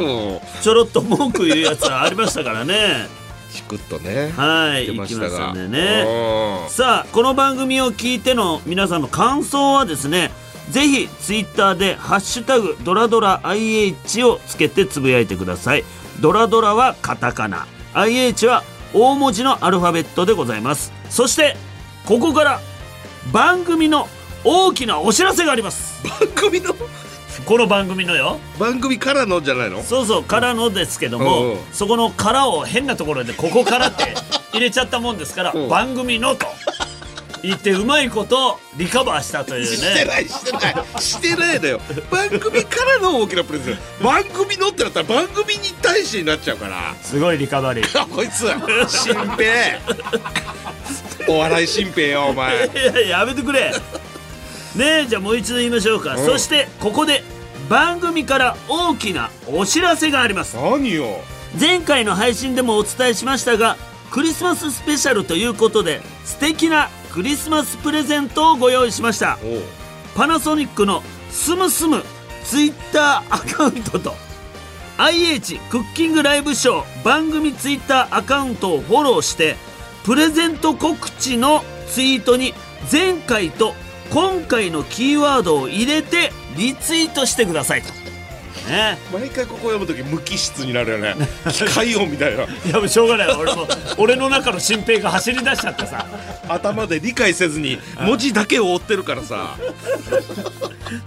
ちょろっと文句言うやつはありましたからね
チクッとね
はい
言
行
ってま
き
し
ま
たが
すんでねさあこの番組を聞いての皆さんの感想はですねぜひツイッターで「ハッシュタグドラドラ IH」をつけてつぶやいてくださいドラドラはカタカナ IH は大文字のアルファベットでございますそしてここから番組の大きなお知らせがあります番
組の
この番組のよ
番組からのじゃないの
そうそうからのですけど
うんう
も
ん
そこのからを変なところでここからって入れちゃったもんですから
うん
番組のと言ってうまいことリカバーしたというね
してないしてないしてないだよ番組からの大きなプレゼント番組のってなったら番組に対してになっちゃうから
すごいリカバリー
こいつ新平お笑 い新平よお前
いやいややめてくれねえじゃあもう一度言いましょうか、
うん
そしてここで番組から大きなお知らせがあります
何よ
前回の配信でもお伝えしましたがクリスマススペシャルということで素敵なクリスマスプレゼントをご用意しましたパナソニックのスムスムツイッターアカウントと IH クッキングライブショー番組ツイッターアカウントをフォローしてプレゼント告知のツイートに前回と今回のキーワードを入れてリツイートしてくださいとね
毎回ここ読む時無機質になる よね機械音みたいない
やもうしょうがない俺も俺の中の新平が走り出しちゃってさ
頭で理解せずに文字だけを追ってるからさ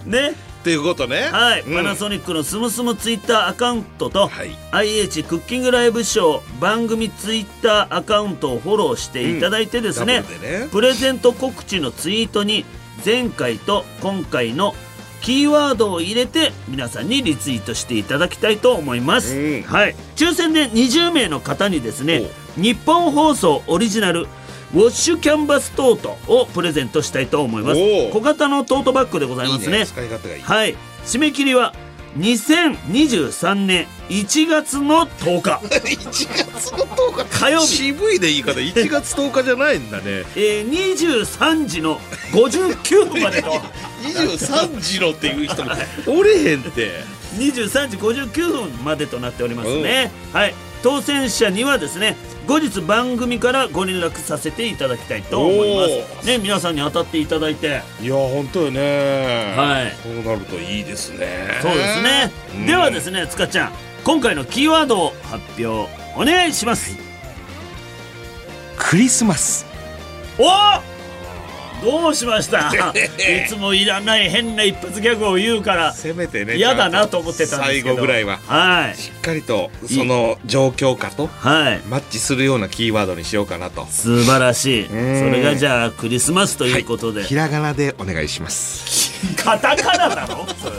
ね
っていうことね
はい、
うん
パナソニックのスムスムツイッターアカウントと、IH クッキングライブショー番組ツイッターアカウントをフォローしていただいてですね,、
うんダブルでね
プレゼント告知のツイートに前回と今回のキーワードを入れて皆さんにリツイートしていただきたいと思います、はい抽選で20名の方にですね日本放送オリジナルウォッシュキャンバストートをプレゼントしたいと思います
おう
小型のトートバッグでございます
いい
ね
ね使い勝手がいい
はい締め切りは2023年1月の10日
1月の10日
火曜日
渋いで言い方1月10日じゃないんだね
えー、23時の59分までと
23時のっていう人もおれへんって
23時59分までとなっておりますね、はい当選者にはですね後日番組からご連絡させていただきたいと思いますね皆さんに当たっていただいて
いや本当よね
はい
そうなるといいですね
そうですね、
うん
ではですねつかちゃん今回のキーワードを発表お願いします
クリスマス
おおどうしました いつもいらない変な一発ギャグを言うから
せめてね
嫌だなと思ってたんですけど
最後ぐらいは、
はい、
しっかりとその状況下と
はい
マッチするようなキーワードにしようかなと
素晴らしいそ
ん
れがじゃあクリスマスということで、
ひらがなでお願いします
カタカナなのそ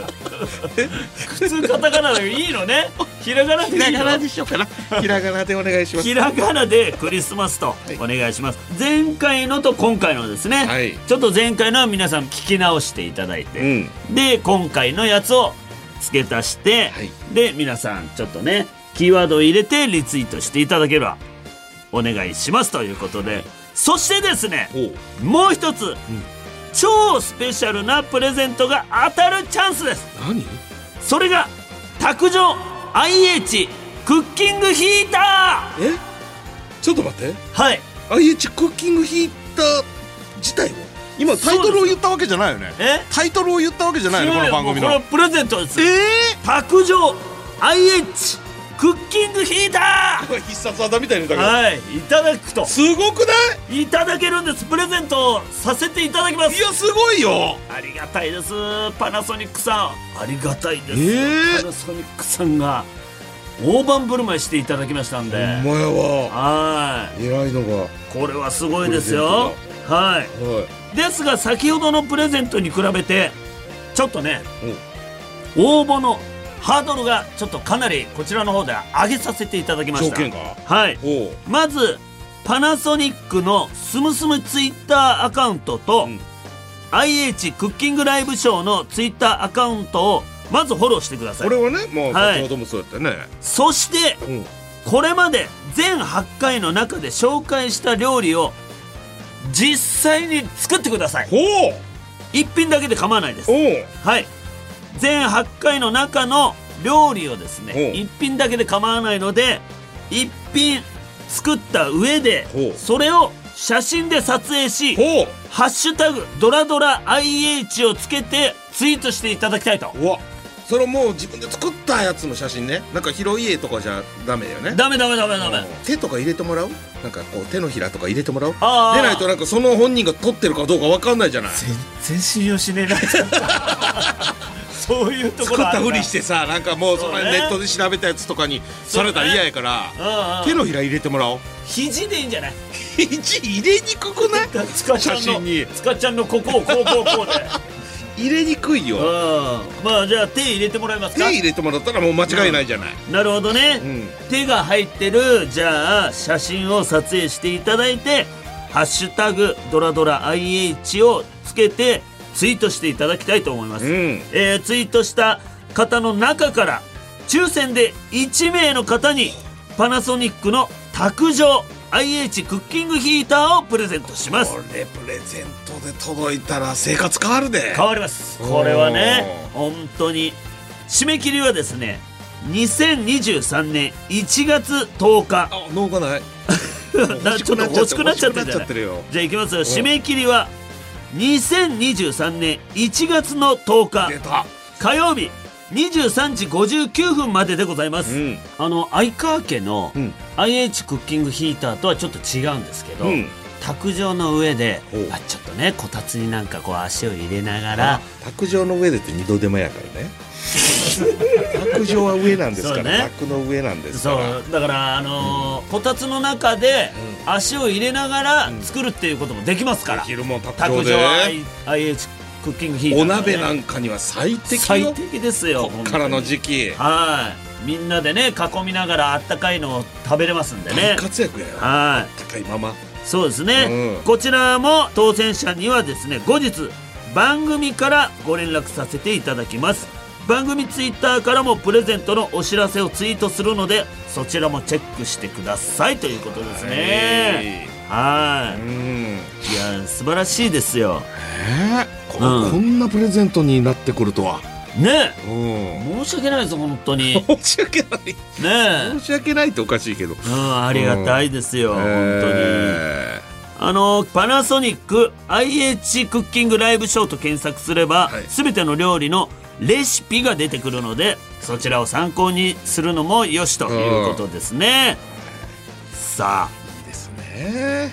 れ普通カタカナでいいのねひらがなでいいの
ひらがなでしようかなひらがなでお願いします
ひらがなでクリスマスとお願いします、前回のと今回のですね、ちょっと前回のは皆さん聞き直していただいて、で今回のやつを付け足して、で皆さんちょっとねキーワードを入れてリツイートしていただければお願いしますということで、そしてですねもう一つ、超スペシャルなプレゼントが当たるチャンスです
何
それが卓上 IH クッキングヒータ
ーえちょっと待って
はい
IH クッキングヒーター自体を今タイトルを言ったわけじゃないよね
え
タイトルを言ったわけじゃないのこの番組の
これはプレゼントですええ卓上 IH クッキングヒータ
ー必殺技みたいにだけど
はいいただくと
すごくない
いただけるんですプレゼントをさせていただきますいや
すごいよ
ありがたいですパナソニックさんありがたいです、パナソニックさんが大盤振る舞いしていただきましたんで
お前
ははい
偉いのが
これはすごいですよはい、ですが先ほどのプレゼントに比べてちょっとね応募のハードルがちょっとかなりこちらの方で上げさせていただきました
条件が
はいまずパナソニックのスムスムツイッターアカウントと、IH クッキングライブショーのツイッターアカウントをまずフォローしてください
これはねもう
はい
先ほどもそうやったね、
そして、これまで全8回の中で紹介した料理を実際に作ってください一品だけで構わないですはい全8回の中の料理をですね一品だけで構わないので一品作った上でそれを写真で撮影し「ハッシュタグドラドラ IH」をつけてツイートしていただきたいと
それもう自分で作ったやつの写真ねなんか広い絵とかじゃダメだよね
ダメダメダメダメ
手とか入れてもらうなんかこう手のひらとか入れてもらうで
あー
ないとなんかその本人が撮ってるかどうかわかんないじゃない
全然信用しねえなそういうとこ
作っ
ろあるな
たふりしてさなんかもうそ
そう
れ
ね
ネットで調べたやつとかにされたら嫌やか
う
ら、
んうん
手のひら入れてもらおう
肘でいいんじゃない
肘入れにくくない
つかちゃんのつかちゃんのここをこうこうこうで
入れにくいよ
まあじゃあ手入れてもらえます
手
か
入れてもらったらもう間違いないじゃない、
なるほどね、手が入ってるじゃあ写真を撮影していただいて「ハッシュタグドラドラ IH」をつけてツイートしていただきたいと思います、えーツイートした方の中から抽選で1名の方にパナソニックの卓上 IH クッキングヒーターをプレゼントします
プレゼントで届いたら生活変わるで
変わりますこれはね本当に締め切りはですね2023年1月10日あ
脳が ない
ちょっと欲しくなっちゃってるじゃない
欲しくなっちゃってるよ
じゃあいきますよ締め切りは2023年1月の10日火曜日23時59分まででございます、あの相川家の IH クッキングヒーターとはちょっと違うんですけど、
うん
卓上の上で、あ、ちょっとねこたつになんかこう足を入れながら
卓上の上でって二度手間 やからね卓上は上なんですから、
そうね
卓の上なんです
そ
から
うだからあのーこたつの中で足を入れながら作るっていうこともできますから、
上
卓
で
上 I- IH クッキングヒーター、
お鍋なんかには最適よ
最適ですよこ
からの時期
はいみんなでね囲みながらあったかいのを食べれますんでね
大活躍やよ
はい
高いまま
そうですね、こちらも当選者にはですね後日番組からご連絡させていただきます番組ツイッターからもプレゼントのお知らせをツイートするのでそちらもチェックしてくださいということですねはいいや素晴らしいですよ
えーここんなプレゼントになってくるとは
ね
う
申
ん
し訳ないです本当に
申し訳な い
ねえ
申し訳ないっておかしいけど
うん、ありがたいですよ、
うん
本当に。あのパナソニック IH クッキングライブショーと検索すれば、全ての料理のレシピが出てくるのでそちらを参考にするのもよしということですね。さあ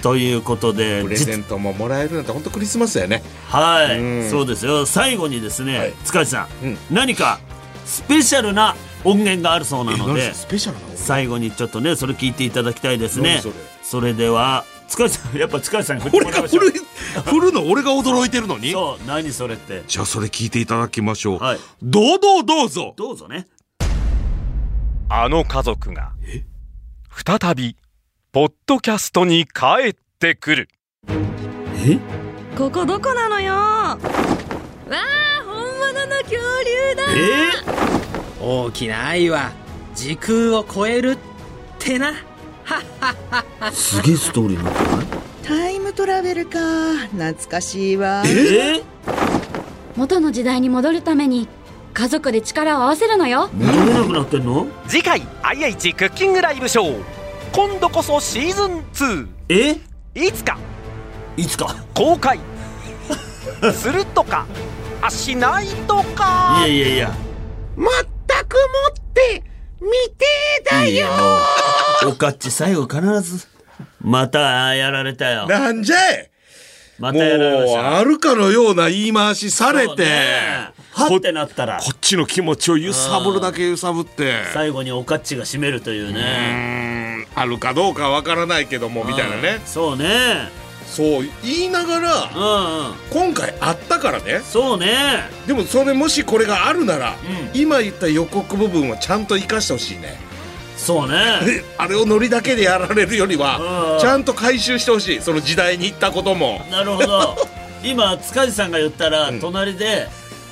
ということで
プレゼントももらえるなんて本当クリスマスやね
はい、
うん
そうですよ最後にですね、塚地さん、
うん
何かスペシャルな音源があるそうなの
え
で
何スペシャルな音
最後にちょっとねそれ聞いていただきたいですね
何それ
それでは塚地さんやっぱ塚地さん俺が振る
振るの俺が驚いてるのに
そう何それって
じゃあそれ聞いていただきましょう、どうどうどうぞ
どうぞね
あの家族が再びポッドキャストに帰ってくる
ここどこなのよわあ本物の恐竜だ
大きな愛は時空を超えるってな
すげえストーリーな
タイムトラベルか懐かしいわ
え
元の時代に戻るために家族で力を合わせるのよ
戻れなくなってんの
次回 IH クッキングライブショー今度こそシーズン2
え
いつか
いつか
公開するとかあしないと
い
か
やいやいや
まったくもって見てーだよ
おかっち最後必ずまたやられたよ
なんじゃい
またやられまし
もう
た
あるかのような言い回しされて、
はってなったら
こっちの気持ちを揺さぶるだけ揺さぶって
最後におかっちが締めるというね
あるかどうかわからないけどもみたいなね
そうね
そう言いながら、今回あったからね
そうね
でもそれもしこれがあるなら、今言った予告部分はちゃんと生かしてほしいね
そうね
あれをノリだけでやられるより
う
は
ん
ちゃんと回収してほしいその時代に行ったことも
なるほど今塚地さんが言ったら隣で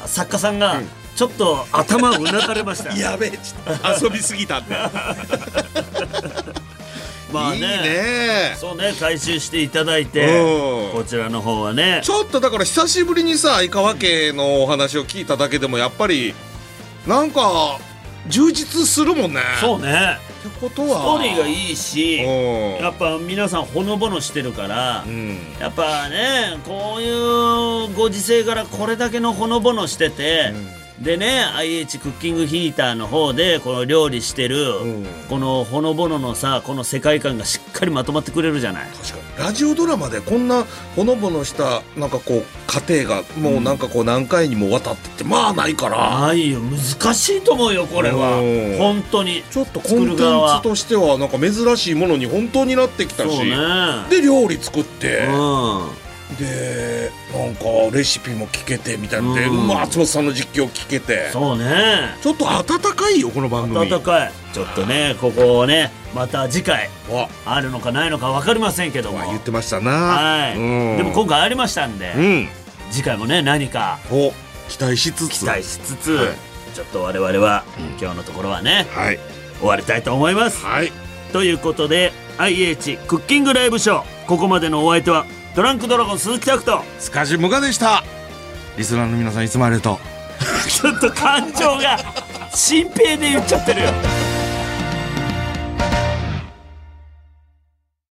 作家さんがちょっと頭をうなされました
やべえちょっ と遊びすぎたんだ
まあね
いいね
そうね回収していただいてこちらの方はね
ちょっとだから久しぶりにさ相川家のお話を聞いただけでもやっぱりなんか充実するもんね
そうね
ってこと
ス
は
トーリーがいいし
うん
やっぱ皆さんほのぼのしてるから、やっぱねこういうご時世からこれだけのほのぼのしてて、でね IH クッキングヒーターの方でこの料理してる、このほのぼののさこの世界観がしっかりまとまってくれるじゃない
確かラジオドラマでこんなほのぼのしたなんかこう家庭がもうなんかこう何回にもわたってってまあないから
ないよ難しいと思うよこれは
うん
本当にちょっ
とコンテンツとしてはなんか珍しいものに本当になってきたし、
そうね
で料理作って、でなんかレシピも聞けてみたいなので、
うん
松本さんの実況聞けて
そうね
ちょっと温かいよこの番組
暖かいちょっとねここをねまた次回あるのかないのか分かりませんけども言
ってましたな
はい、
うん
でも今回ありましたんで、
うん
次回もね何か
を期待しつつ
期待しつつ、
はい
ちょっと我々は、今日のところはね、
はい、
終わりたいと思います、ということで IH クッキングライブショーここまでのお相手はドランクドラゴン鈴木拓人
スカジムガでしたリスナーの皆さんいつもありがとう
ちょっと感情が心平で言っちゃってるよ